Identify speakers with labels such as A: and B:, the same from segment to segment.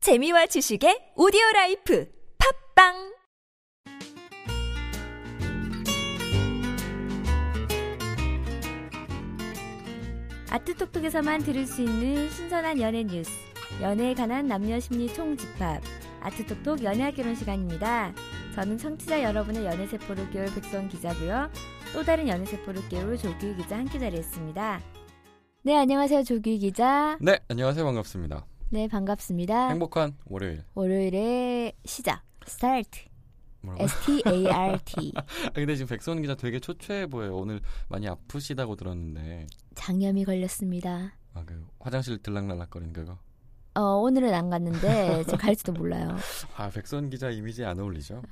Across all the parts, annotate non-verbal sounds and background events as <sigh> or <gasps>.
A: 재미와 지식의 오디오 라이프 팝빵
B: 아트톡톡에서만 들을 수 있는 신선한 연애 뉴스, 연애에 관한 남녀 심리 총집합, 아트톡톡 연애학 결혼 시간입니다. 저는 청취자 여러분의 연애 세포를 깨울 백선 기자고요. 또 다른 연애 세포를 깨울 조규희 기자 함께 자리했습니다. 네, 안녕하세요. 조규희 기자.
C: 네, 안녕하세요. 반갑습니다.
B: 네, 반갑습니다.
C: 행복한 월요일.
B: 월요일의 시작. 스타트.
C: 뭐라고?
B: S T A R
C: <laughs>
B: T.
C: 아, 근데 지금 백선 기자 되게 초췌해 보여요. 오늘 많이 아프시다고 들었는데.
B: 장염이 걸렸습니다.
C: 아, 그 화장실 들락날락거리는 그거.
B: 어, 오늘은 안 갔는데 지금 갈지도 몰라요.
C: 아, 백선 기자 이미지에 안 어울리죠?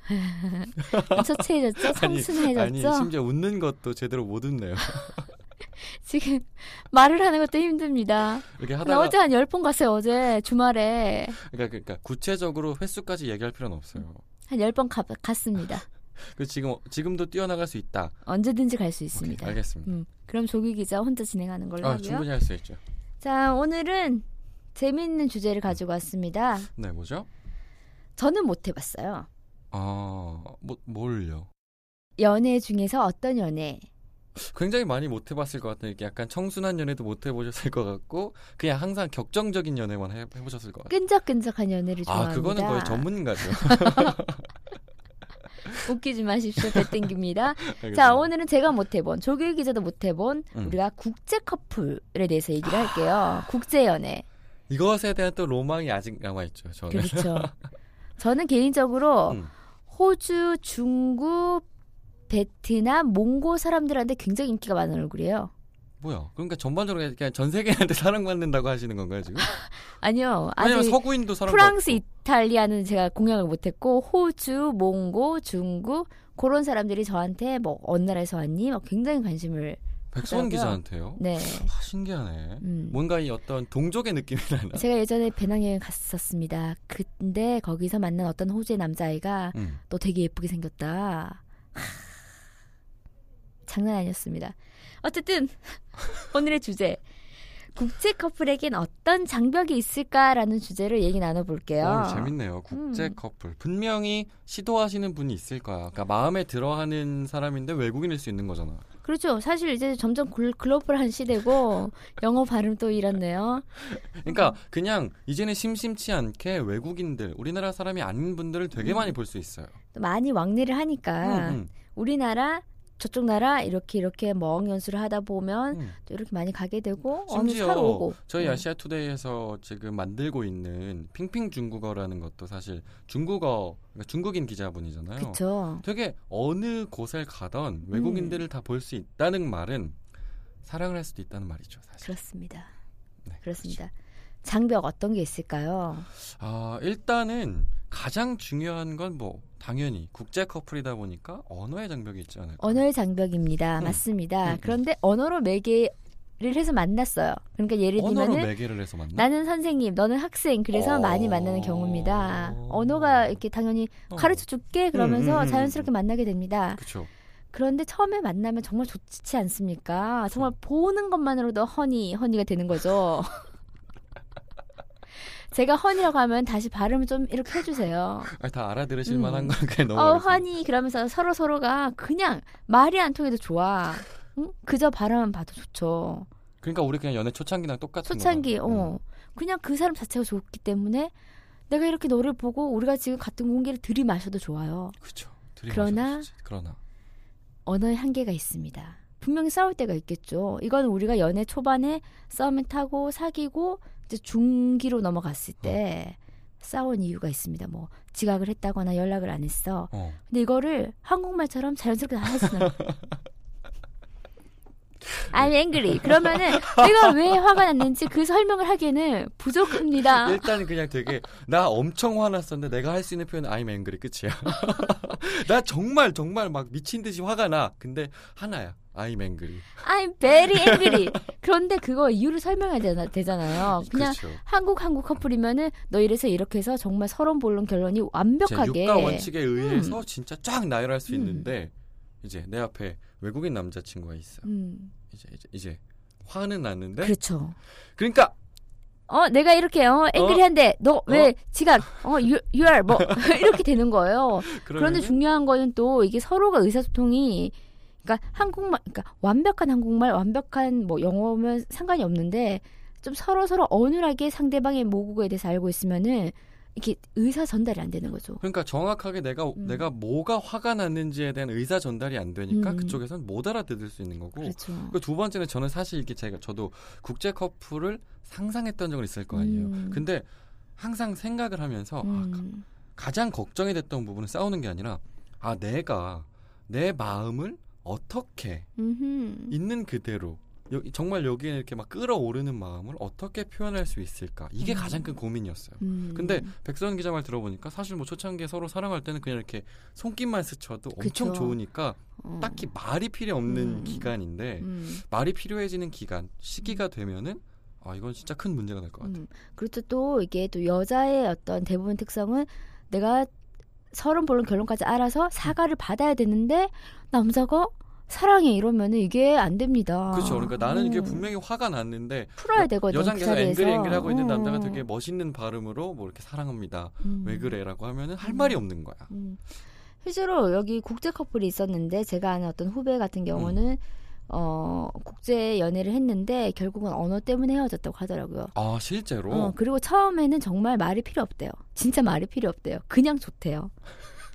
B: 초췌해졌죠?
C: 아니,
B: 청순해졌죠?
C: 아니, 심지어 웃는 것도 제대로 못 웃네요. <laughs>
B: 지금 말을 하는 것도 힘듭니다.
C: 이렇게
B: 나
C: 하다가
B: 어제 한 열 번 갔어요, 어제. 주말에.
C: 그러니까, 그러니까 구체적으로 횟수까지 얘기할 필요는 없어요.
B: 한 열 번 갔습니다.
C: 그 지금 지금도 뛰어나갈 수 있다.
B: 언제든지 갈 수
C: 오케이,
B: 있습니다.
C: 알겠습니다.
B: 음, 그럼 조기 기자 혼자 진행하는 걸로
C: 아,
B: 하고요.
C: 충분히 할 수 있죠.
B: 자, 오늘은 재미있는 주제를 가지고 왔습니다.
C: 네, 뭐죠?
B: 저는 못 해봤어요.
C: 아, 뭐 뭘요?
B: 연애 중에서 어떤 연애?
C: 굉장히 많이 못 해봤을 것 같아요. 이렇게 약간 청순한 연애도 못 해보셨을 것 같고 그냥 항상 격정적인 연애만 해, 보셨을것 같아요.
B: 끈적끈적한 연애를 좋아합니다.
C: 아 그거는
B: <laughs>
C: 거의 전문가죠. <laughs>
B: 웃기지 마십시오. 배
C: <laughs>
B: 땡깁니다. 자,
C: 알겠습니다.
B: 오늘은 제가 못 해본, 조기 기자도 못 해본,
C: 음. 아.
B: 우리가 국제 커플에 대해서 얘기를 할게요. 국제 연애.
C: 이것에 대한 또 로망이 아직 남아 있죠. 저는 <laughs>
B: 그렇죠. 저는 개인적으로
C: 어. 음.
B: 호주, 중국, 베트남, 몽고 사람들한테 굉장히 인기가 많은 얼굴이에요.
C: 뭐야? 그러니까 전반적으로 그냥 전 세계한테 <laughs> 사랑받는다고 하시는 건가요 지금?
B: 아니요.
C: 아니면
B: 아직
C: 서구인도 사랑받고
B: 프랑스, 이탈리아는 제가 공약을 못했고 호주, 몽고, 중국 그런 사람들이 저한테 뭐 어느 나라에서 왔니? 막 굉장히 관심을
C: 백선
B: 하더라고요.
C: 기자한테요?
B: 네.
C: 아, 신기하네.
B: 음.
C: 뭔가 이 어떤 동족의 느낌이
B: <laughs>
C: 나나.
B: 제가 예전에 배낭여행 갔었습니다. 근데 거기서 만난 어떤 호주의 남자아이가
C: 음.
B: 너 되게 예쁘게 생겼다. 하, 장난 아니었습니다. 어쨌든 <laughs> 오늘의 주제 국제 커플에겐 어떤 장벽이 있을까라는 주제로 얘기 나눠볼게요.
C: 오늘 어, 재밌네요. 국제
B: 음.
C: 커플. 분명히 시도하시는 분이 있을 거야. 그러니까 마음에 들어하는 사람인데 외국인일 수 있는 거잖아.
B: 그렇죠. 사실 이제 점점 글- 글로벌한 시대고 영어 발음 또 이렇네요.
C: 그러니까 그냥 이제는 심심치 않게 외국인들, 우리나라 사람이 아닌 분들을 되게
B: 음.
C: 많이 볼 수 있어요.
B: 또 많이 왕래를 하니까
C: 음,
B: 우리나라 저쪽 나라 이렇게 이렇게 멍 연수를 하다 보면
C: 음, 음.
B: 또 이렇게 많이 가게 되고 어느
C: 심지어
B: 사로 오고
C: 저희
B: 음.
C: 아시아 투데이에서 지금 만들고 있는 핑핑 중국어라는 것도 사실 중국어 그러니까 중국인 기자분이잖아요.
B: 그렇죠.
C: 되게 어느 곳에 가던
B: 음.
C: 외국인들을 다 볼 수 있다는 말은 사랑을 할 수도 있다는 말이죠, 사실.
B: 그렇습니다.
C: 네,
B: 그렇습니다. 장벽 어떤 게 있을까요?
C: 아, 일단은 가장 중요한 건 뭐 당연히 국제 커플이다 보니까 언어의 장벽이 있지 않을까.
B: 언어의 장벽입니다.
C: 음.
B: 맞습니다.
C: 음, 음.
B: 그런데 언어로 매개를 해서 만났어요. 그러니까 예를
C: 언어로
B: 들면은
C: 매개를 해서 만나.
B: 나는 선생님, 너는 학생. 그래서
C: 어.
B: 많이 만나는 경우입니다. 언어가 이렇게 당연히
C: 어.
B: 가르쳐 줄게 그러면서
C: 음, 음, 음,
B: 자연스럽게 만나게 됩니다.
C: 그렇죠.
B: 그런데 처음에 만나면 정말 좋지
C: 음.
B: 않습니까? 정말 보는 것만으로도 허니, 허니가 되는
C: <laughs>
B: 거죠. 제가 허니라고 하면 다시 발음을 좀 이렇게 해주세요.
C: 아니, 다 알아들으실
B: 음.
C: 만한 건 그게 너무.
B: 어,
C: 어렵습니다.
B: 허니 그러면서 서로 서로가 그냥 말이 안 통해도 좋아. 응? 그저 바라만 봐도 좋죠.
C: 그러니까 우리 그냥 연애 초창기랑 똑같은 음. 거.
B: 초창기, 어, 그냥 그 사람 자체가 좋기 때문에 내가 이렇게 너를 보고 우리가 지금 같은 공기를 들이마셔도 좋아요.
C: 그렇죠.
B: 그러나-
C: 그러나
B: 언어의 한계가 있습니다. 분명히 싸울 때가 있겠죠. 이건 우리가 연애 초반에 싸움을 타고 사귀고 이제 중기로 넘어갔을 때 싸운 이유가 있습니다. 뭐 지각을 했다거나 연락을 안 했어.
C: 어.
B: 근데 이거를 한국말처럼 자연스럽게 다 하시는 I'm angry. 그러면은 내가 왜 화가 났는지 그 설명을 하기에는 부족합니다.
C: 일단
B: <laughs>
C: 그냥 되게 나 엄청 화났었는데 내가 할 수 있는 표현은 I'm angry 끝이야. <laughs> 나 정말 정말 막 미친 듯이 화가 나. 근데 하나야. I'm angry.
B: I'm very angry. 그런데 그거 이유를 설명해야 되나, 되잖아요. 어, 그냥
C: 그렇죠.
B: 한국 한국 커플이면은 너 이래서 이렇게 해서 정말 서론 본론 결론이 완벽하게 음.
C: 육가 원칙에 의해서 진짜 쫙 나열할 수 있는데 이제 내 앞에 외국인 남자친구가 있어.
B: 음,
C: 이제 이제 이제 화는 났는데
B: 그렇죠.
C: 그러니까
B: 어, 내가 이렇게 어, 앵그리한데 너 왜 지각 어, you, you are 뭐 <laughs> 이렇게 되는 거예요. 그런데 중요한 거는 또 이게 서로가 의사소통이 그러니까 한국말 그러니까 완벽한 한국말 완벽한 뭐 영어면 상관이 없는데 좀 서로 서로 어눌하게 상대방의 모국어에 대해서 알고 있으면은 이렇게 의사 전달이 안 되는 거죠.
C: 그러니까 정확하게 내가
B: 음.
C: 내가 뭐가 화가 났는지에 대한 의사 전달이 안 되니까
B: 음.
C: 그쪽에선 못 알아들을 수 있는 거고
B: 그렇죠.
C: 그두 번째는 저는 사실 이게 제가 저도 국제 커플을 상상했던 적은 있을 거 아니에요.
B: 음.
C: 근데 항상 생각을 하면서 아, 가-
B: 음.
C: 가장 걱정이 됐던 부분은 싸우는 게 아니라 아 내가 내 마음을 어떻게
B: 음흠.
C: 있는 그대로 여- 정말 여기에 이렇게 막 끌어오르는 마음을 어떻게 표현할 수 있을까 이게
B: 음.
C: 가장 큰 고민이었어요.
B: 음.
C: 근데 백선 기자 말 들어보니까 사실 뭐 초창기에 서로 사랑할 때는 그냥 이렇게 손길만 스쳐도 엄청
B: 그쵸.
C: 좋으니까
B: 어.
C: 딱히 네, 말이 필요 없는
B: 음.
C: 기간인데
B: 음.
C: 말이 필요해지는 기간 시기가 되면은 아 이건 진짜 큰 문제가 될 것 같아요.
B: 음. 그렇죠. 또 이게 또 여자의 어떤 대부분 특성은 내가 서른 본론 결론까지 알아서 사과를 받아야 되는데 남자가 사랑해 이러면은 이게 안 됩니다.
C: 그렇죠. 그러니까 나는 이게
B: 음.
C: 분명히 화가 났는데
B: 풀어야 되거든.
C: 여장 계속
B: 그 자리에서.
C: 앵그리 앵그리 하고 있는
B: 음.
C: 남자가 되게 멋있는 발음으로 뭐 이렇게 사랑합니다.
B: 음.
C: 왜 그래라고 하면은 할 말이 없는 거야.
B: 음. 실제로 여기 국제 커플이 있었는데 제가 아는 어떤 후배 같은 경우는
C: 음.
B: 어 국제 연애를 했는데 결국은 언어 때문에 헤어졌다고 하더라고요.
C: 아 실제로
B: 어, 그리고 처음에는 정말 말이 필요 없대요. 진짜 말이 필요 없대요. 그냥 좋대요.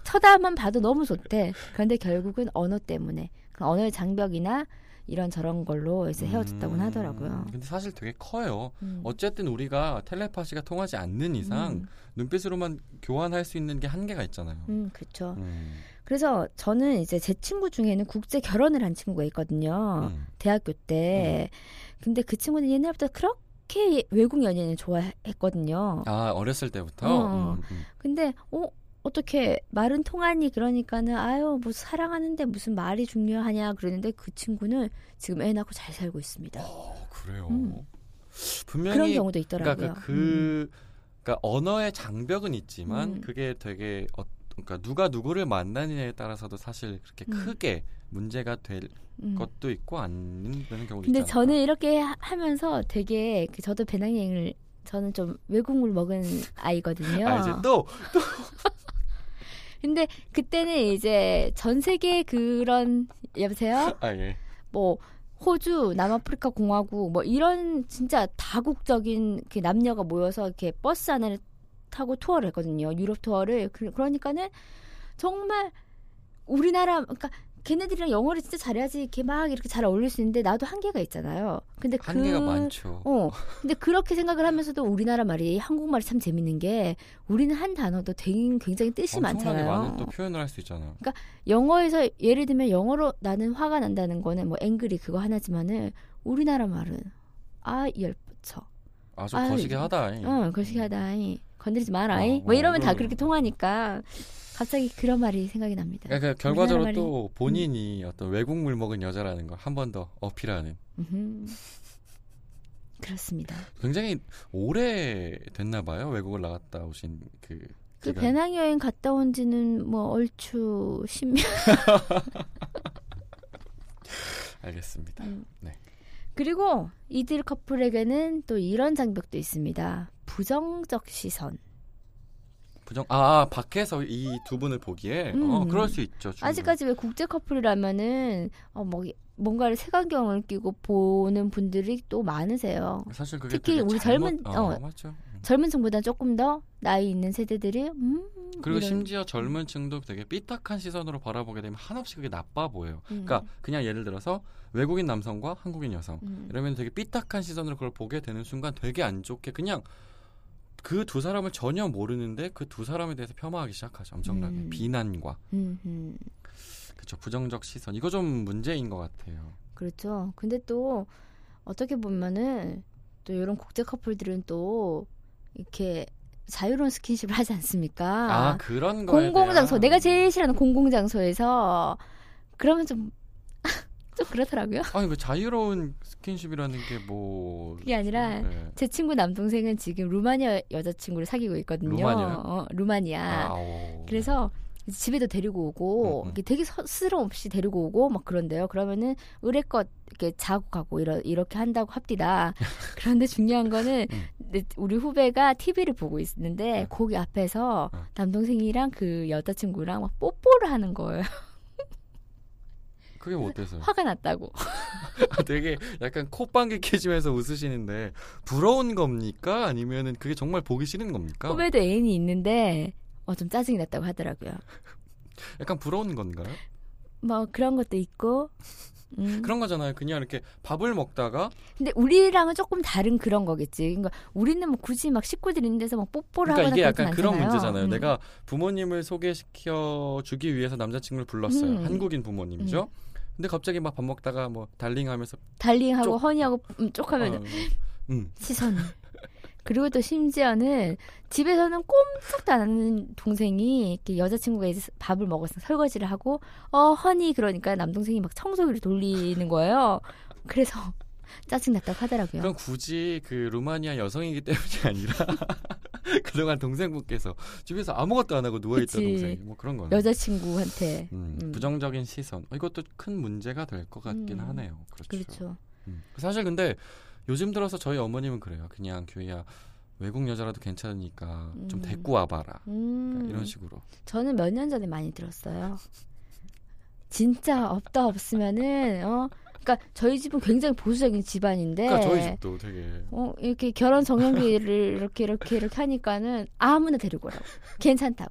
B: 쳐다만 봐도 너무 좋대. 그런데 결국은 언어 때문에 그 언어의 장벽이나 이런 저런 걸로 이제 헤어졌다고
C: 음,
B: 하더라고요.
C: 근데 사실 되게 커요.
B: 음.
C: 어쨌든 우리가 텔레파시가 통하지 않는 이상
B: 음,
C: 눈빛으로만 교환할 수 있는 게 한계가 있잖아요.
B: 음, 그렇죠.
C: 음,
B: 그래서 저는 이제 제 친구 중에는 국제 결혼을 한 친구가 있거든요.
C: 음.
B: 대학교 때. 근데 그 친구는 옛날부터 그렇게 외국 연예인을 좋아했거든요.
C: 아 어렸을 때부터
B: 어.
C: 음, 음.
B: 근데 어 어떻게 말은 통하니 그러니까는 아유 뭐 사랑하는데 무슨 말이 중요하냐 그러는데 그 친구는 지금 애 낳고 잘 살고 있습니다.
C: 어, 그래요.
B: 음. 그런
C: 분명히
B: 경우도 있더라고요.
C: 그러니까 그, 그 그러니까 언어의 장벽은 있지만
B: 음.
C: 그게 되게 어, 그러니까 누가 누구를 만나느냐에 따라서도 사실 그렇게
B: 음.
C: 크게 문제가 될
B: 음, 음.
C: 것도 있고 안 되는 경우도
B: 근데
C: 있잖아요.
B: 저는 이렇게 하- 하면서 되게 그 저도 배낭여행을 저는 좀 외국물 먹은 아이거든요.
C: 아 이제 또
B: 근데 그때는 이제 전 세계 그런 여보세요?
C: 아, 예.
B: 뭐 호주, 남아프리카 공화국 뭐 이런 진짜 다국적인 그 남녀가 모여서 이렇게 버스 하나를 타고 투어를 했거든요. 유럽 투어를 그, 러니까는 정말 우리나라 그러니까 걔네들이랑 영어를 진짜 잘해야지 이렇게 막 이렇게 잘 어울릴 수 있는데 나도 한계가 있잖아요. 근데
C: 한계가
B: 그
C: 많죠.
B: 어. 근데 그렇게 생각을 하면서도 우리나라 말이 한국말이 참 재밌는 게 우리는 한 단어도 되게- 굉장히 뜻이
C: 엄청나게 많은
B: 많잖아요.
C: 또 표현을 할 수 있잖아요.
B: 영어에서 예를 들면 영어로 나는 화가 난다는 거는 뭐 앵그리 그거 하나지만은 우리나라 말은 아 열붙여
C: 아주
B: 아유,
C: 거시기 하다.
B: 응 그렇게 하다이 건드리지 말아이
C: 네. 어,
B: 뭐 이러면 다
C: 음.
B: 그렇게 통하니까 갑자기 그런 말이 생각이 납니다.
C: 그러니까 결과적으로
B: 우리나라
C: 또 본인이 어떤 외국물 먹은 여자라는 걸 한 번 더 어필하는
B: 음흠. 그렇습니다.
C: 굉장히 오래 됐나 봐요 외국을 나갔다 오신 그
B: 그
C: 기간.
B: 배낭 여행 갔다 온 지는 뭐 얼추 10년.
C: 알겠습니다. 네.
B: 그리고 이들 커플에게는 또 이런 장벽도 있습니다. 부정적 시선.
C: 부정 아, 아, 밖에서 이 두 분을 보기에 어,
B: 음.
C: 그럴 수 있죠. 충분히.
B: 아직까지 왜 국제 커플이라면은 어, 뭐 이- 뭔가를 색안경을 끼고 보는 분들이 또 많으세요.
C: 사실 그게
B: 특히
C: 되게
B: 우리
C: 잘못-
B: 젊은-
C: 어,
B: 어.
C: 맞죠. 음.
B: 젊은 층보다 조금 더 나이 있는 세대들이 음,
C: 그리고
B: 이런-
C: 심지어 젊은 층도 되게 삐딱한 시선으로 바라보게 되면 한없이 그게 나빠 보여요.
B: 음,
C: 그러니까 그냥 예를 들어서 외국인 남성과 한국인 여성
B: 음,
C: 이러면 되게 삐딱한 시선으로 그걸 보게 되는 순간 되게 안 좋게 그냥 그 두 사람을 전혀 모르는데 그 두 사람에 대해서 폄하하기 시작하죠. 엄청나게
B: 음.
C: 비난과
B: 음, 음.
C: 그렇죠 부정적 시선 이거 좀 문제인 것 같아요.
B: 그렇죠. 근데 또 어떻게 보면은 또 이런 국제 커플들은 또 이렇게 자유로운 스킨십을 하지 않습니까?
C: 아, 그런 거에
B: 공공장소
C: 대한-
B: 내가 제일 싫어하는 공공장소에서 그러면 좀 <laughs> 좀 그렇더라고요.
C: 아니 왜 자유로운 스킨십이라는 게 뭐
B: 그게 아니라 제 친구 남동생은 지금 루마니아 여자친구를 사귀고 있거든요.
C: 루마니아요?
B: 어, 루마니아.
C: 오.
B: 그래서 이제 집에도 데리고 오고
C: 음, 음.
B: 이렇게 되게 서- 스스럼 없이 데리고 오고 막 그런데요. 그러면은 의뢰껏 이렇게 자고 가고 이러, 이렇게 한다고 <laughs> 합디다. 그런데 중요한 거는
C: 음.
B: 내- 우리 후배가 TV를 보고 있는데
C: 음.
B: 거기 앞에서
C: 음.
B: 남동생이랑 그 여자친구랑 막 뽀뽀를 하는 거예요.
C: 그게 뭐 어때서요? <laughs>
B: 화가 났다고.
C: 되게 약간 콧방귀 뀌지면서 웃으시는데 부러운 겁니까? 아니면은 그게 정말 보기 싫은 겁니까?
B: 후배도 애인이 있는데 어, 좀 짜증이 났다고 하더라고요.
C: 약간 부러운 건가요?
B: 뭐 그런 것도 있고. 음.
C: 그런 거잖아요. 그냥 이렇게 밥을 먹다가
B: 근데 우리랑은 조금 다른 그런 거겠지. 그러니까 우리는 뭐 굳이 막 식구들 있는 데서 막 뽀뽀를
C: 그러니까 이게
B: 하거나
C: 약간
B: 그러진
C: 그런
B: 않잖아요.
C: 문제잖아요.
B: 음.
C: 내가 부모님을 소개시켜 주기 위해서 남자친구를 불렀어요.
B: 음.
C: 한국인 부모님이죠. 근데 갑자기 막 밥 먹다가 뭐 달링하면서
B: 달링하고
C: 쪽.
B: 허니하고 음, 쪽하면
C: 어, 음.
B: 시선. 그리고 또 심지어는 집에서는 꼼짝도 안 하는 동생이 이렇게 여자친구가 이제 밥을 먹었어 설거지를 하고 어 허니 그러니까 남동생이 막 청소기를 돌리는 거예요. 그래서 <laughs> 짜증 났다고 하더라고요.
C: 그럼 굳이 그 루마니아 여성이기 때문이 <laughs> 아니라 그동안 동생분께서 집에서 아무것도 안 하고 누워
B: 그치.
C: 있던 동생이 뭐 그런 거는
B: 여자친구한테
C: 음,
B: 음.
C: 부정적인 시선 어, 이것도 큰 문제가 될 것 같긴
B: 음.
C: 하네요. 그렇죠.
B: 그렇죠.
C: 음. 사실 근데 요즘 들어서 저희 어머님은 그래요. 그냥 교희야 외국 여자라도 괜찮으니까 좀
B: 음.
C: 데리고 와봐라
B: 음.
C: 그러니까 이런 식으로.
B: 저는 몇 년 전에 많이 들었어요. 진짜 없다 없으면은 어 그러니까 저희 집은 굉장히 보수적인 집안인데
C: 그러니까 저희 집도 되게
B: 어 이렇게 결혼
C: <laughs>
B: 정년기를 이렇게 이렇게 이렇게 하니까는 아무나 데리고 오라고 괜찮다고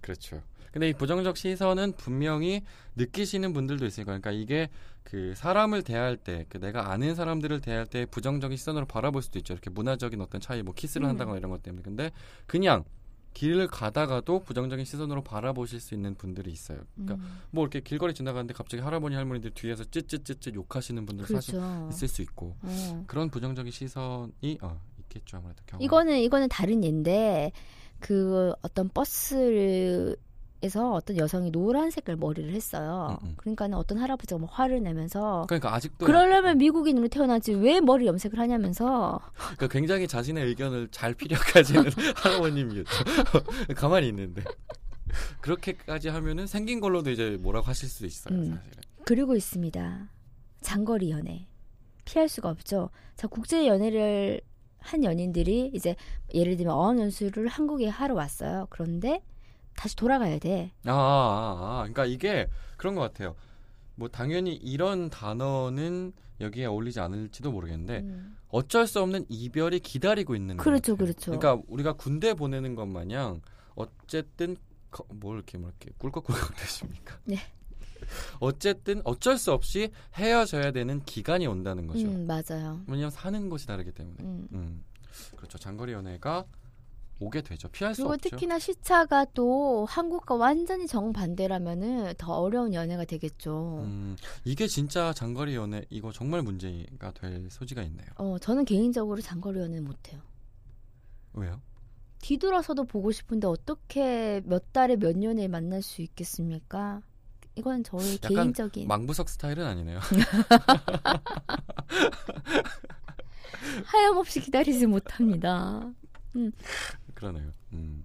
C: 그렇죠. 근데 이 부정적 시선은 분명히 느끼시는 분들도 있을 거예요. 그러니까 이게 그 사람을 대할 때, 그 내가 아는 사람들을 대할 때 부정적인 시선으로 바라볼 수도 있죠. 이렇게 문화적인 어떤 차이, 뭐 키스를
B: 음.
C: 한다거나 이런 것 때문에. 근데 그냥 길을 가다가도 부정적인 시선으로 바라보실 수 있는 분들이 있어요. 그러니까
B: 음,
C: 뭐 이렇게 길거리 지나가는데 갑자기 할아버지 할머니들 뒤에서 찌찌찌찌 욕하시는 분들 사실
B: 그렇죠.
C: 있을 수 있고
B: 어.
C: 그런 부정적인 시선이 어, 있겠죠 아무래도 경험.
B: 이거는 이거는 다른 예인데 그 어떤 버스를 에서 어떤 여성이 노란 색깔 머리를 했어요.
C: 음, 음.
B: 그러니까는 어떤 할아버지가 막 화를 내면서
C: 그러니까 아직도
B: 그러려면 미국인으로 태어나지 왜 머리 염색을 하냐면서
C: 그러니까 굉장히 자신의 의견을 잘 피력하지는 할아버님이었죠. <laughs> 가만히 있는데 그렇게까지 하면은 생긴 걸로도 이제 뭐라고 하실 수도 있어요
B: 음.
C: 사실은.
B: 그리고 있습니다. 장거리 연애 피할 수가 없죠. 자 국제 연애를 한 연인들이 이제 예를 들면 어학 연수를 한국에 하러 왔어요. 그런데 다시 돌아가야 돼.
C: 아, 아, 아, 그러니까 이게 그런 것 같아요. 뭐 당연히 이런 단어는 여기에 어울리지 않을지도 모르겠는데
B: 음.
C: 어쩔 수 없는 이별이 기다리고 있는 거
B: 그렇죠,
C: 같아요.
B: 그렇죠.
C: 그러니까 우리가 군대 보내는 것 마냥 어쨌든 거- 뭘 이렇게 뭐 이렇게 꿀꺽꿀꺽 <laughs> 되십니까?
B: 네.
C: 어쨌든 어쩔 수 없이 헤어져야 되는 기간이 온다는 거죠.
B: 음, 맞아요.
C: 왜냐하면 사는 곳이 다르기 때문에.
B: 음.
C: 음, 그렇죠. 장거리 연애가 오게 되죠. 피할 수
B: 그리고
C: 없죠.
B: 특히나 시차가 또 한국과 완전히 정반대라면은 더 어려운 연애가 되겠죠.
C: 음, 이게 진짜 장거리 연애 이거 정말 문제가 될 소지가 있네요.
B: 어, 저는 개인적으로 장거리 연애는 못해요.
C: 왜요?
B: 뒤돌아서도 보고 싶은데 어떻게 몇 달에 몇 년에 만날 수 있겠습니까? 이건 저의
C: 약간
B: 개인적인
C: 망부석 스타일은 아니네요. <laughs>
B: 하염없이 기다리지 못합니다.
C: 그러네요. 음,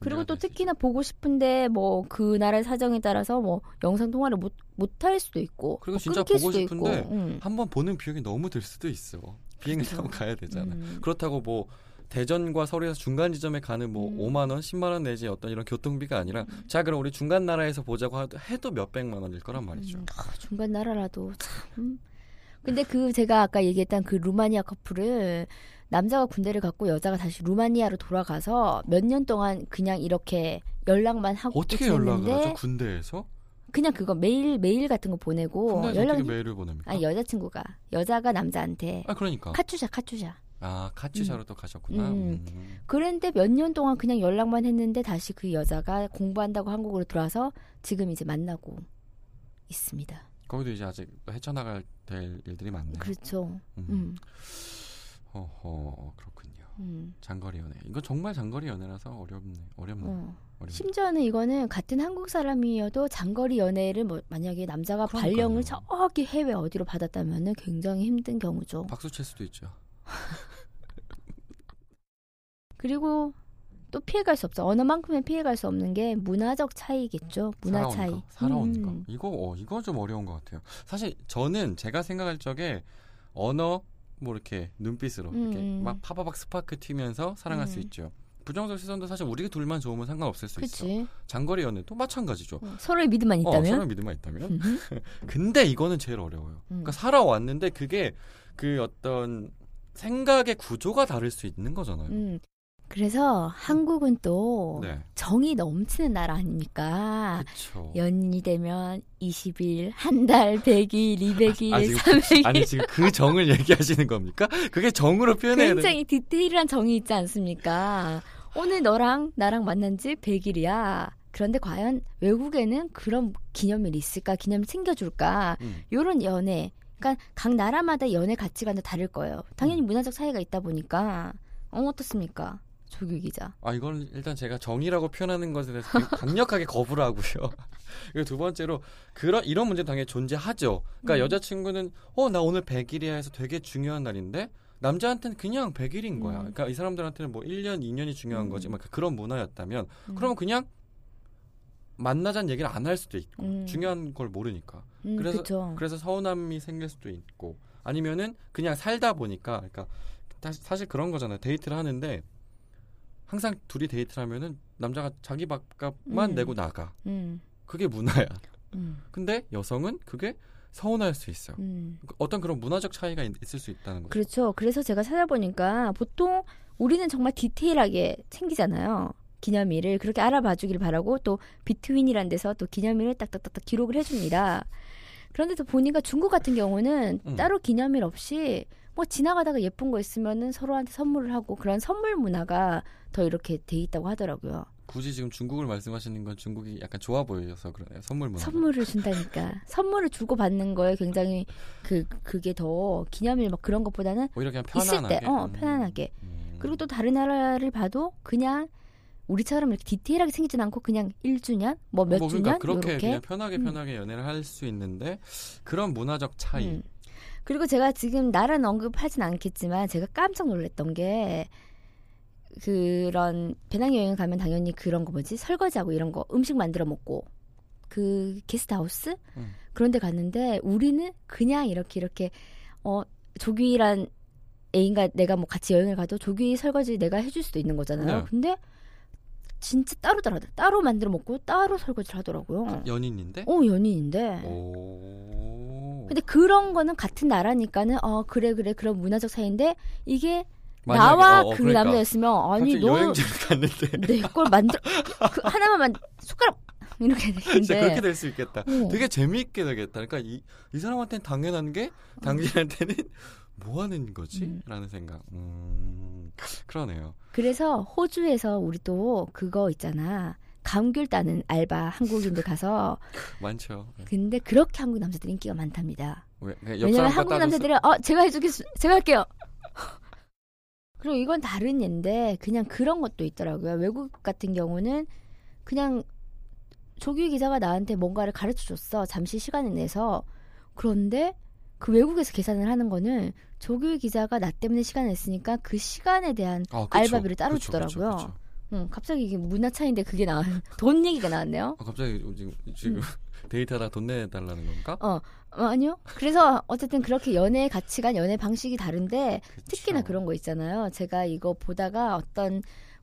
B: 그리고
C: 문제가
B: 또
C: 될수 있죠.
B: 특히나 보고 싶은데 뭐 그 나라의 사정에 따라서 뭐 영상 통화를 못 못할 수도 있고
C: 그리고
B: 뭐
C: 진짜
B: 끊길
C: 보고
B: 수도
C: 싶은데
B: 있고. 음.
C: 한 번 보는 비용이 너무 들 수도 있어. 비행기 타고 가야 되잖아. 요
B: 음.
C: 그렇다고 뭐 대전과 서울에서 중간 지점에 가는 뭐
B: 음.
C: 5만 원, 10만 원 내지 어떤 이런 교통비가 아니라 자 그럼 우리 중간 나라에서 보자고 하- 해도 몇 백만 원일 거란 말이죠.
B: 음, 아, 중간 나라라도 참. 근데 그 제가 아까 얘기했던 그 루마니아 커플은 남자가 군대를 갔고 여자가 다시 루마니아로 돌아가서 몇 년 동안 그냥 이렇게 연락만 하고
C: 어떻게 연락을
B: 지냈는데
C: 하죠? 군대에서?
B: 그냥 그거 메일 메일 같은 거 보내고
C: 군대에서
B: 뭐 연락
C: 어떻게 메일을 보냅니까?
B: 아니 여자친구가 여자가 남자한테
C: 아, 그러니까.
B: 카투샤 카투샤
C: 아 카츠샤로 또 가셨구나.
B: 음.
C: 음.
B: 그런데 몇 년 동안 그냥 연락만 했는데 다시 그 여자가 공부한다고 한국으로 돌아와서 지금 이제 만나고 있습니다.
C: 거기도 이제 아직 헤쳐나갈 될 일들이 많네요.
B: 그렇죠.
C: 음.
B: 음,
C: 허허 그렇군요.
B: 음,
C: 장거리 연애. 이거 정말 장거리 연애라서 어렵네. 어렵네.
B: 어.
C: 어렵네.
B: 심지어는 이거는 같은 한국 사람이어도 장거리 연애를 뭐 만약에 남자가
C: 그러니까요.
B: 발령을 저기 해외 어디로 받았다면은 굉장히 힘든 경우죠.
C: 박수 칠 수도 있죠.
B: 그리고 또 피해갈 수 없어. 언어만큼은 피해갈 수 없는 게 문화적 차이겠죠. 문화
C: 살아온
B: 차이.
C: 거, 살아온
B: 음.
C: 거. 이거 어, 이거 좀 어려운 것 같아요. 사실 저는 제가 생각할 적에 언어 뭐 이렇게 눈빛으로 이렇게
B: 음.
C: 막 파바박 스파크 튀면서 사랑할 수
B: 음.
C: 있죠. 부정적 시선도 사실 우리 둘만 좋으면 상관없을 수 있어.
B: 그치.
C: 장거리 연애도 마찬가지죠.
B: 어, 서로의 믿음만
C: 어,
B: 있다면.
C: 서로 믿음만 있다면.
B: 음.
C: 근데 이거는 제일 어려워요.
B: 음.
C: 그러니까 살아왔는데 그게 그 어떤 생각의 구조가 다를 수 있는 거잖아요.
B: 음. 그래서 한국은 또
C: 네,
B: 정이 넘치는 나라 아닙니까?
C: 그렇죠.
B: 연인이 되면 20일, 한 달, 100일, 200일,
C: 아, 지금
B: 300일. <laughs>
C: <laughs> 아니 지금 그 정을 <laughs> 얘기하시는 겁니까? 그게 정으로 표현해야 되는
B: 굉장히 디테일한 정이 있지 않습니까? 오늘 너랑 나랑 만난 지 100일이야. 그런데 과연 외국에는 그런 기념일이 있을까? 기념일 챙겨줄까?
C: 음.
B: 요런 연애. 그러니까 각 나라마다 연애 가치관도 다를 거예요.
C: 음.
B: 당연히 문화적 차이가 있다 보니까. 어, 어떻습니까? 조규 기자.
C: 아 이건 일단 제가 정의라고 표현하는 것에 대해서 굉장히 강력하게 거부를 하고요. <laughs> 그리고 두 번째로 그런 이런 문제 당연히 존재하죠. 그러니까
B: 음.
C: 여자친구는 어 나 오늘 100일이야 해서 되게 중요한 날인데 남자한테는 그냥 100일인 거야.
B: 음.
C: 그러니까 이 사람들한테는 뭐 1년, 2년이 중요한 거지. 막 그런 문화였다면
B: 음.
C: 그러면 그냥 만나자는 얘기를 안 할 수도 있고
B: 음.
C: 중요한 걸 모르니까.
B: 음,
C: 그래서-
B: 그쵸.
C: 그래서 서운함이 생길 수도 있고 아니면은 그냥 살다 보니까 그러니까 다- 사실 그런 거잖아요 데이트를 하는데 항상 둘이 데이트를 하면은 남자가 자기 밥값만
B: 음.
C: 내고 나가
B: 음,
C: 그게 문화야
B: 음,
C: 근데 여성은 그게 서운할 수 있어요
B: 음.
C: 그 어떤 그런 문화적 차이가 있- 있을 수 있다는 거죠
B: 그렇죠. 그래서 제가 찾아보니까 보통 우리는 정말 디테일하게 챙기잖아요. 기념일을 그렇게 알아봐 주길 바라고 또 비트윈이라는 데서 또 기념일을 딱딱딱딱 기록을 해줍니다. 그런데 또 보니까 중국 같은 경우는
C: 음.
B: 따로 기념일 없이 뭐 지나가다가 예쁜 거 있으면은 서로한테 선물을 하고 그런 선물 문화가 더 이렇게 돼 있다고 하더라고요.
C: 굳이 지금 중국을 말씀하시는 건 중국이 약간 좋아 보여서 그러네요 선물 문화
B: 선물을 준다니까 선물을 주고 받는 거에 굉장히 그 그게 더 기념일 막 그런 것보다는
C: 오히려 그냥
B: 있을
C: 편안하게
B: 때 어
C: 음.
B: 편안하게
C: 음.
B: 그리고 또 다른 나라를 봐도 그냥 우리처럼 이렇게 디테일하게 생기진 않고 그냥 1주년 뭐 몇
C: 뭐
B: 주년
C: 그러니까 그렇게
B: 이렇게
C: 그냥 편하게
B: 음.
C: 편하게 연애를 할 수 있는데 그런 문화적 차이
B: 음. 그리고 제가 지금 나라는 언급하진 않겠지만 제가 깜짝 놀랐던 게 그런 배낭여행을 가면 당연히 그런 거 뭐지 설거지하고 이런 거 음식 만들어 먹고 그 게스트하우스
C: 음.
B: 그런 데 갔는데 우리는 그냥 이렇게 이렇게 어 조규이란 애인과 내가 뭐 같이 여행을 가도 조규이 설거지 내가 해줄 수도 있는 거잖아요
C: 네.
B: 근데 진짜 따로더라 따로 만들어 먹고 따로 설거지를 하더라고요
C: 연인인데
B: 어 연인인데
C: 오.
B: 근데 그런 거는 같은 나라니까는 어 그래 그래 그런 문화적 차이인데 이게
C: 만약에-
B: 나와
C: 어, 어,
B: 그
C: 그러니까.
B: 남자였으면 아니
C: 갑자기
B: 너
C: 여행지를
B: <laughs>
C: 갔는데 <laughs>
B: 내 걸 만들 그 하나만 만 숟가락 이렇게
C: <laughs> 진짜 그렇게
B: 되는데
C: 될 수 있겠다.
B: 어.
C: 되게 재미있게 되겠다. 그러니까 이, 이 사람한테는 당연한 게 당신한테는 <laughs> 뭐 하는 거지?
B: 어. 음.
C: 라는 생각. 음, 그러네요.
B: 그래서 호주에서 우리 또 그거 있잖아 감귤 따는 알바 한국인들 가서
C: 많죠.
B: 근데 그렇게 한국 남자들 인기가 많답니다.
C: 왜, 그냥 옆
B: 왜냐면
C: 사람과
B: 한국
C: 따져서-
B: 남자들은 어 제가 해주겠 제가 할게요. <laughs> 그리고 이건 다른 예인데 그냥 그런 것도 있더라고요. 외국 같은 경우는 그냥 조규 기자가 나한테 뭔가를 가르쳐 줬어. 잠시 시간을 내서 그런데 그 외국에서 계산을 하는 거는 조규 기자가 나 때문에 시간을 냈으니까 그 시간에 대한
C: 아, 그쵸.
B: 알바비를 따로
C: 그쵸, 그쵸,
B: 주더라고요.
C: 그쵸.
B: 음, 갑자기 이게 문화 차이인데 그게 나와 <laughs> 돈 얘기가 나왔네요.
C: 아, 갑자기 지금, 지금
B: 음.
C: <laughs> 데이트하다 돈 내달라는 건가?
B: 어, 아니요. 그래서 어쨌든 그렇게 연애의 가치관, 연애 방식이 다른데 특히나
C: 그쵸.
B: 그런 거 있잖아요. 제가 이거 보다가 어떤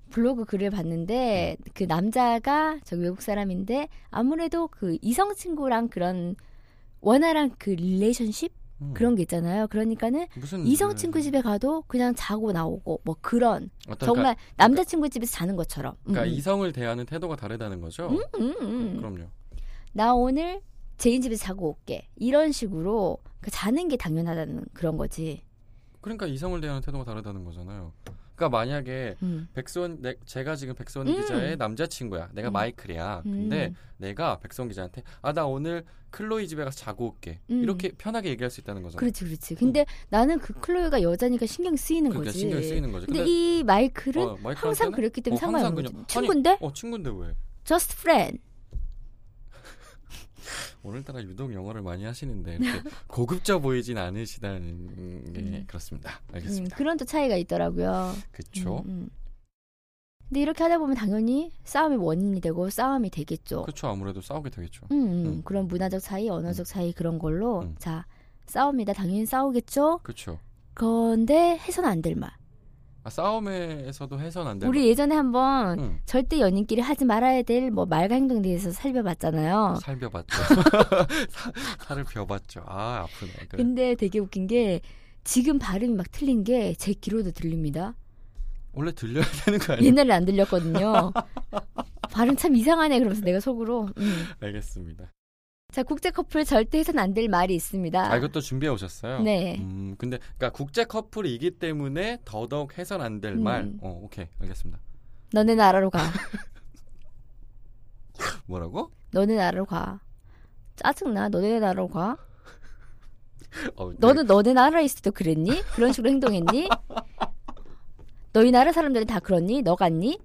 B: 블로그 글을 봤는데
C: 네.
B: 그 남자가 저기 외국 사람인데 아무래도 그 이성 친구랑 그런 원활한 그 릴레이션십
C: 음. 네.
B: 그런 게 있잖아요. 그러니까는
C: 무슨
B: 이성 친구 집에 가도 그냥 자고 나오고 뭐 그런
C: 어떤-
B: 정말 남자 친구 집에서 자는 것처럼. 음,
C: 그러니까 이성을 대하는 태도가 다르다는 거죠.
B: 음, 음, 음.
C: 그럼요.
B: 나 오늘 제인 집에서 자고 올게 이런 식으로 그 자는 게 당연하다는 그런 거지.
C: 그러니까 이성을 대하는 태도가 다르다는 거잖아요. 그러니까 만약에
B: 음.
C: 백수원 내, 제가 지금 백수원
B: 음.
C: 기자의 남자친구야. 내가
B: 음.
C: 마이클이야. 근데 내가 백수원 기자한테 아 나 오늘 클로이 집에 가서 자고 올게.
B: 음.
C: 이렇게 편하게 얘기할 수 있다는 거잖아요.
B: 그렇지, 그렇지. 근데 나는 그 클로이가 여자니까 신경 쓰이는
C: 그러니까
B: 거지.
C: 신경 쓰이는 거죠.
B: 근데, 이 마이클은
C: 어, 마이클한테는
B: 항상 그랬기 때문에
C: 어, 항상
B: 상관없는 거지.
C: 그냥-
B: 친구인데?
C: 어 친구인데 왜?
B: Just friend. 음,
C: 오늘따라 유독 영어를 많이 하시는데 이렇게
B: <laughs>
C: 고급져 보이진 않으시다는 게
B: 음.
C: 그렇습니다.
B: 음,
C: 알겠습니다.
B: 그런 또 차이가 있더라고요.
C: 그쵸
B: 음, 음. 근데 이렇게 하다 보면 당연히 싸움의 원인이 되고 싸움이 되겠죠.
C: 그렇죠. 아무래도 싸우게 되겠죠.
B: 음, 음.
C: 음.
B: 그런 문화적 차이, 언어적 차이 그런 걸로
C: 음.
B: 자 싸웁니다. 당연히 싸우겠죠.
C: 그렇죠.
B: 그런데 해선 안 될 말.
C: 아, 싸움에서도 해선 안 되는
B: 우리 예전에 한번
C: 네, 음,
B: 절대 연인끼리 하지 말아야 될 뭐 말과 행동에 대해서 살펴봤잖아요. <laughs>
C: 살벼봤죠. 사- 살을 벼봤죠. 아 아프네. 그래.
B: 근데 되게 웃긴 게 지금 발음이 막 틀린 게 제 귀로도 들립니다.
C: 원래 들려야 <laughs> 되는 거 아니에요?
B: 옛날에 안 들렸거든요. <laughs> 발음 참 이상하네 그러면서 내가 속으로. 음.
C: 알겠습니다.
B: 자 국제 커플 절대 해선 안 될 말이 있습니다.
C: 아 이것도 준비해 오셨어요.
B: 네.
C: 음 근데 그러니까 국제 커플이기 때문에 더더욱 해선 안 될
B: 음.
C: 말. 어 오케이 알겠습니다.
B: 너네 나라로 가.
C: 뭐라고?
B: 너네 나라로 가. 짜증나. 너네 나라로 가.
C: 어, 네.
B: 너는 너네 나라에 있을 때도 그랬니? 그런 식으로 행동했니? 너희 나라 사람들은 다 그렇니? 너 같니?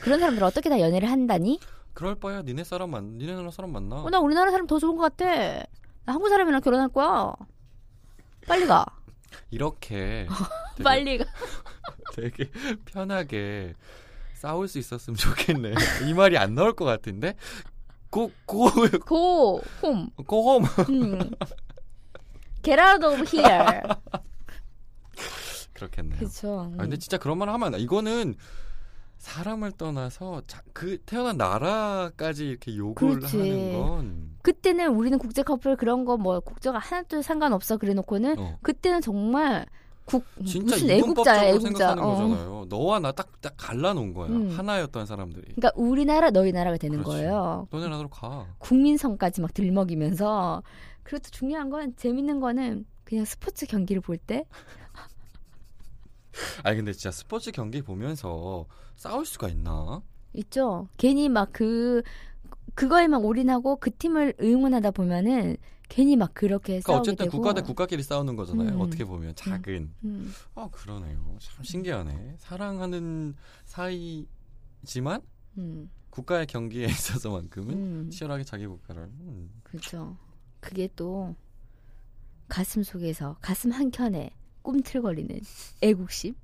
B: 그런 사람들은 어떻게 다 연애를 한다니?
C: 그럴 바야 니네 사람 만 니네 나라 사람 만나.
B: 어, 나 우리나라 사람 더 좋은 것 같아. 나 한국 사람이랑 결혼할 거야. 빨리 가. <laughs>
C: 이렇게 되게,
B: 빨리
C: <laughs>
B: 가.
C: 되게 편하게 싸울 수 있었으면 좋겠네. 이 말이 안 나올 것 같은데. 고고 <laughs>
B: 고, 홈.
C: 고홈
B: 음. Get out of here. <laughs>
C: 그렇겠네요.
B: 그쵸. 음.
C: 아, 근데 진짜 그런 말 하면 안 돼. 이거는 사람을 떠나서 자, 그 태어난 나라까지 이렇게 욕을
B: 그렇지.
C: 하는 건
B: 그때는 우리는 국제 커플 그런 거 뭐 국제가 하나도 상관없어 그래놓고는
C: 어,
B: 그때는 정말 국
C: 진짜
B: 무슨
C: 이분법적으로
B: 애국자야 애국자.
C: 생각하는
B: 어.
C: 거잖아요. 너와 나 딱 딱 갈라놓은 거야.
B: 음.
C: 하나였던 사람들이.
B: 그러니까 우리나라 너희 나라가 되는
C: 그렇지.
B: 거예요.
C: 너네 나라로 가.
B: 국민성까지 막 들먹이면서 그리고 또 중요한 건 재밌는 거는 그냥 스포츠 경기를 볼 때
C: 아니 근데 진짜 스포츠 경기 보면서 싸울 수가 있나? 그러니까
B: 있죠. 괜히 막 그 그거에만 올인하고 그 팀을 응원하다 보면은 괜히 막 그렇게
C: 그러니까
B: 싸우게
C: 어쨌든
B: 되고.
C: 국가 대 국가끼리 싸우는 거잖아요.
B: 음.
C: 어떻게 보면 작은.
B: 음.
C: 아 그러네요. 참 신기하네. 사랑하는 사이지만
B: 음.
C: 국가의 경기에 <laughs> 있어서만큼은
B: 음.
C: 치열하게 자기 국가를. 음.
B: 그렇죠. 그게 또 가슴 속에서 가슴 한 켠에 꿈틀거리는 애국심.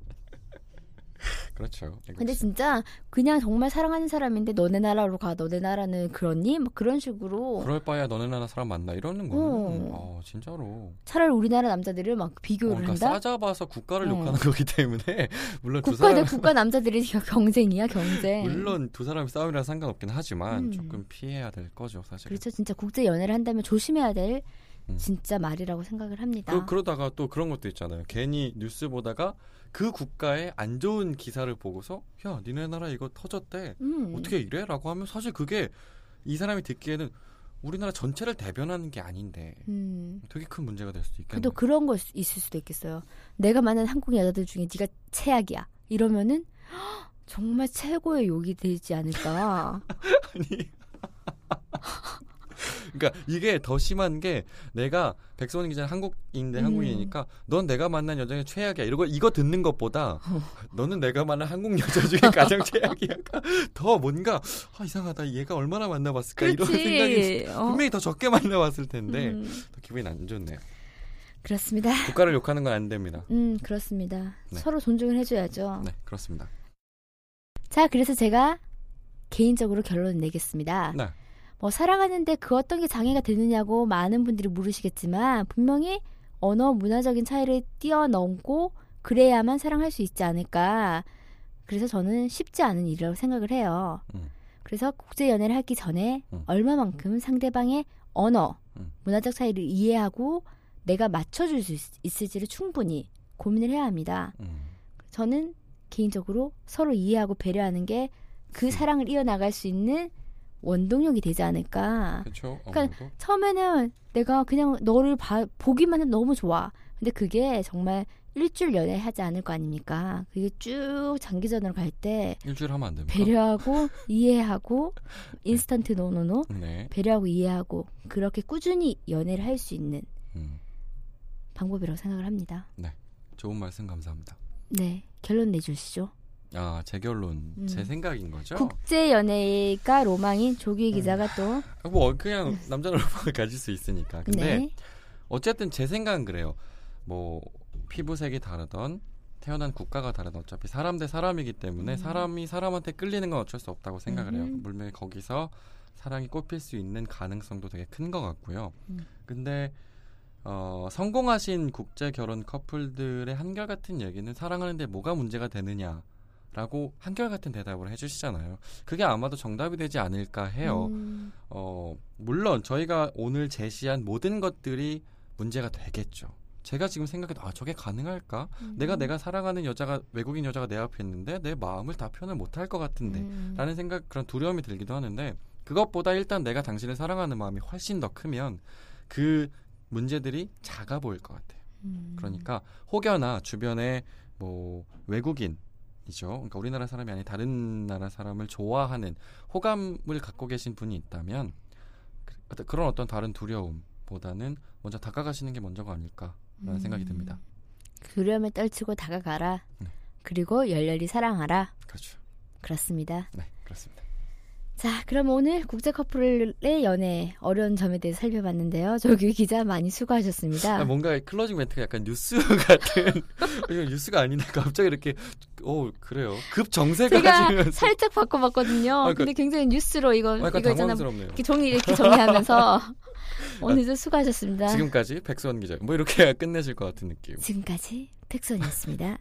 C: 그렇죠.
B: 근데 진짜 그냥 정말 사랑하는 사람인데 너네 나라로 가. 너네 나라는 그렇니? 막 그런 식으로
C: 그럴 바야 너네 나라 사람 만나 이러는 거는
B: 어.
C: 어, 진짜로.
B: 차라리 우리나라 남자들을 막
C: 어,
B: 비교를
C: 그러니까
B: 한다.
C: 싸잡아서 국가를
B: 어.
C: 욕하는 거기 때문에 <laughs> 물론 두
B: 국가 대
C: 사람
B: 국가 남자들이 <laughs> 경쟁이야 경쟁.
C: 물론 두 사람이 싸움이라 상관없긴 하지만
B: 음.
C: 조금 피해야 될 거죠 사실.
B: 그렇죠. 진짜 국제 연애를 한다면 조심해야 될
C: 음.
B: 진짜 말이라고 생각을 합니다.
C: 그, 그러다가 또 그런 것도 있잖아요. 괜히 뉴스 보다가 그 국가의 안 좋은 기사를 보고서 야 니네 나라 이거 터졌대
B: 음.
C: 어떻게 이래라고 하면 사실 그게 이 사람이 듣기에는 우리나라 전체를 대변하는 게 아닌데
B: 음.
C: 되게 큰 문제가 될 수도 있겠네요.
B: 그래도 그런 거 있- 있을 수도 있겠어요. 내가 만난 한국 여자들 중에 네가 최악이야. 이러면은 <gasps> 헉, 정말 최고의 욕이 되지
C: <laughs>
B: 않을까.
C: 아니. 그러니까 이게 더 심한 게 내가 백선희 기자는 한국인데
B: 음.
C: 한국인이니까 넌 내가 만난 여자 중에 최악이야 이러고 이거
B: <laughs>
C: 듣는 것보다 너는 내가 만난 한국 여자 중에 가장 최악이야 그러니까 더 뭔가 아, 이상하다 얘가 얼마나 만나봤을까 이런 생각이
B: 어.
C: 분명히 더 적게 만나봤을 텐데
B: 음,
C: 더 기분이 안 좋네요
B: 그렇습니다.
C: 국가를 욕하는 건 안 됩니다
B: 음, 그렇습니다.
C: 네.
B: 서로 존중을 해줘야죠.
C: 네 그렇습니다
B: 자, 그래서 제가 개인적으로 결론을 내겠습니다.
C: 네.
B: 뭐 살아가는데 그 어떤 게 장애가 되느냐고 많은 분들이 물으시겠지만 분명히 언어 문화적인 차이를 뛰어넘고 그래야만 사랑할 수 있지 않을까. 그래서 저는 쉽지 않은 일이라고 생각을 해요.
C: 음.
B: 그래서 국제 연애를 하기 전에
C: 음.
B: 얼마만큼 상대방의 언어,
C: 음.
B: 문화적 차이를 이해하고 내가 맞춰줄 수 있, 있을지를 충분히 고민을 해야 합니다.
C: 음.
B: 저는 개인적으로 서로 이해하고 배려하는 게 그 사랑을 이어나갈 수 있는 원동력이 되지 않을까.
C: 그렇죠
B: 그러니까
C: 아무래도
B: 처음에는 내가 그냥 너를 봐- 보기만 해도 너무 좋아. 근데 그게 정말 일주일 연애하지 않을 거 아닙니까? 그게 쭉 장기전으로 갈 때
C: 일주일 하면 안 됩니다
B: 배려하고 이해하고 인스턴트 노노노
C: 네
B: 배려하고 이해하고 그렇게 꾸준히 연애를 할 수 있는
C: 음.
B: 방법이라고 생각을 합니다.
C: 좋은 말씀 감사합니다
B: 네, 결론 내주시죠.
C: 아, 제 결론,
B: 음.
C: 제 생각인 거죠?
B: 국제 연애가 로망인 조규희 기자가 또
C: 아, 뭐 그냥 남자 로망을 <laughs> 가질 수 있으니까. 근데
B: 네.
C: 어쨌든 제 생각은 그래요. 뭐 피부색이 다르던 태어난 국가가 다른 어차피 사람 대 사람이기 때문에
B: 음.
C: 사람이 사람한테 끌리는 건 어쩔 수 없다고 생각을 해요.
B: 음.
C: 물론 거기서 사랑이 꽃필 수 있는 가능성도 되게 큰 것 같고요.
B: 음.
C: 근데 어, 성공하신 국제 결혼 커플들의 한결같은 얘기는 사랑하는데 뭐가 문제가 되느냐. 라고 한결같은 대답을 해주시잖아요. 그게 아마도 정답이 되지 않을까 해요.
B: 음,
C: 어, 물론 저희가 오늘 제시한 모든 것들이 문제가 되겠죠. 제가 지금 생각해도 아 저게 가능할까?
B: 음.
C: 내가 내가 사랑하는 여자가 외국인 여자가 내 앞에 있는데 내 마음을 다 표현을 못할 것 같은데
B: 음,
C: 라는 생각 그런 두려움이 들기도 하는데 그것보다 일단 내가 당신을 사랑하는 마음이 훨씬 더 크면 그 문제들이 작아 보일 것 같아요.
B: 음.
C: 그러니까 혹여나 주변에 뭐 외국인이죠. 그러니까 우리나라 사람이 아닌 다른 나라 사람을 좋아하는 호감을 갖고 계신 분이 있다면 그- 어떤- 그런 어떤 다른 두려움보다는 먼저 다가가시는 게 먼저가
B: 음.
C: 아닐까라는 생각이 듭니다.
B: 두려움에 떨치고 다가가라.
C: 네.
B: 그리고 열렬히 사랑하라.
C: 그렇죠.
B: 그렇습니다.
C: 네, 그렇습니다.
B: 자, 그럼 오늘 국제 커플의 연애 어려운 점에 대해 살펴봤는데요. 조규 기자 많이
C: 아,
B: 수고하셨습니다.
C: 뭔가 클로징 멘트가 약간 뉴스 <laughs> 같은 이건 뉴스가 아닌데 갑자기 이렇게 어 그래요. 급 <laughs> 정세가
B: 제가
C: 가지면서
B: 살짝 바꿔봤거든요.
C: 그러니까-
B: 근데 굉장히 뉴스로 이거
C: 어, 약간
B: 이거 있잖아.
C: 당황스럽네요.
B: 이렇게 정리 이렇게
C: <laughs>
B: 정리하면서 오늘도 수고하셨습니다.
C: 지금까지 백수원 기자 뭐 이렇게 끝내실 것 같은 느낌.
B: 지금까지 백선이었습니다.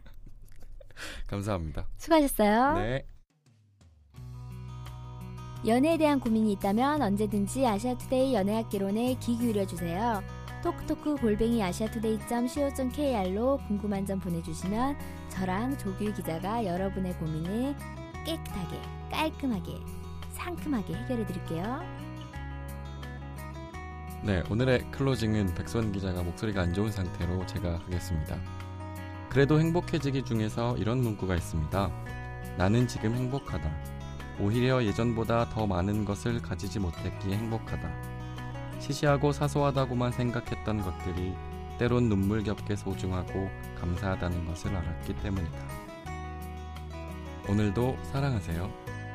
C: 감사합니다.
B: 수고하셨어요.
C: 네.
B: 연애에 대한 고민이 있다면 언제든지 아시아투데이 연애학개론에 귀 기울여주세요. 톡톡크 골뱅이 아시아투데이.co.kr로 궁금한 점 보내주시면 저랑 조규 기자가 여러분의 고민을 깨끗하게, 깔끔하게, 상큼하게 해결해드릴게요.
C: 네, 오늘의 클로징은 백선 기자가 목소리가 안 좋은 상태로 제가 하겠습니다. 그래도 행복해지기 중에서 이런 문구가 있습니다. 나는 지금 행복하다. 오히려 예전보다 더 많은 것을 가지지 못했기에 행복하다. 시시하고 사소하다고만 생각했던 것들이 때론 눈물겹게 소중하고 감사하다는 것을 알았기 때문이다. 오늘도 사랑하세요.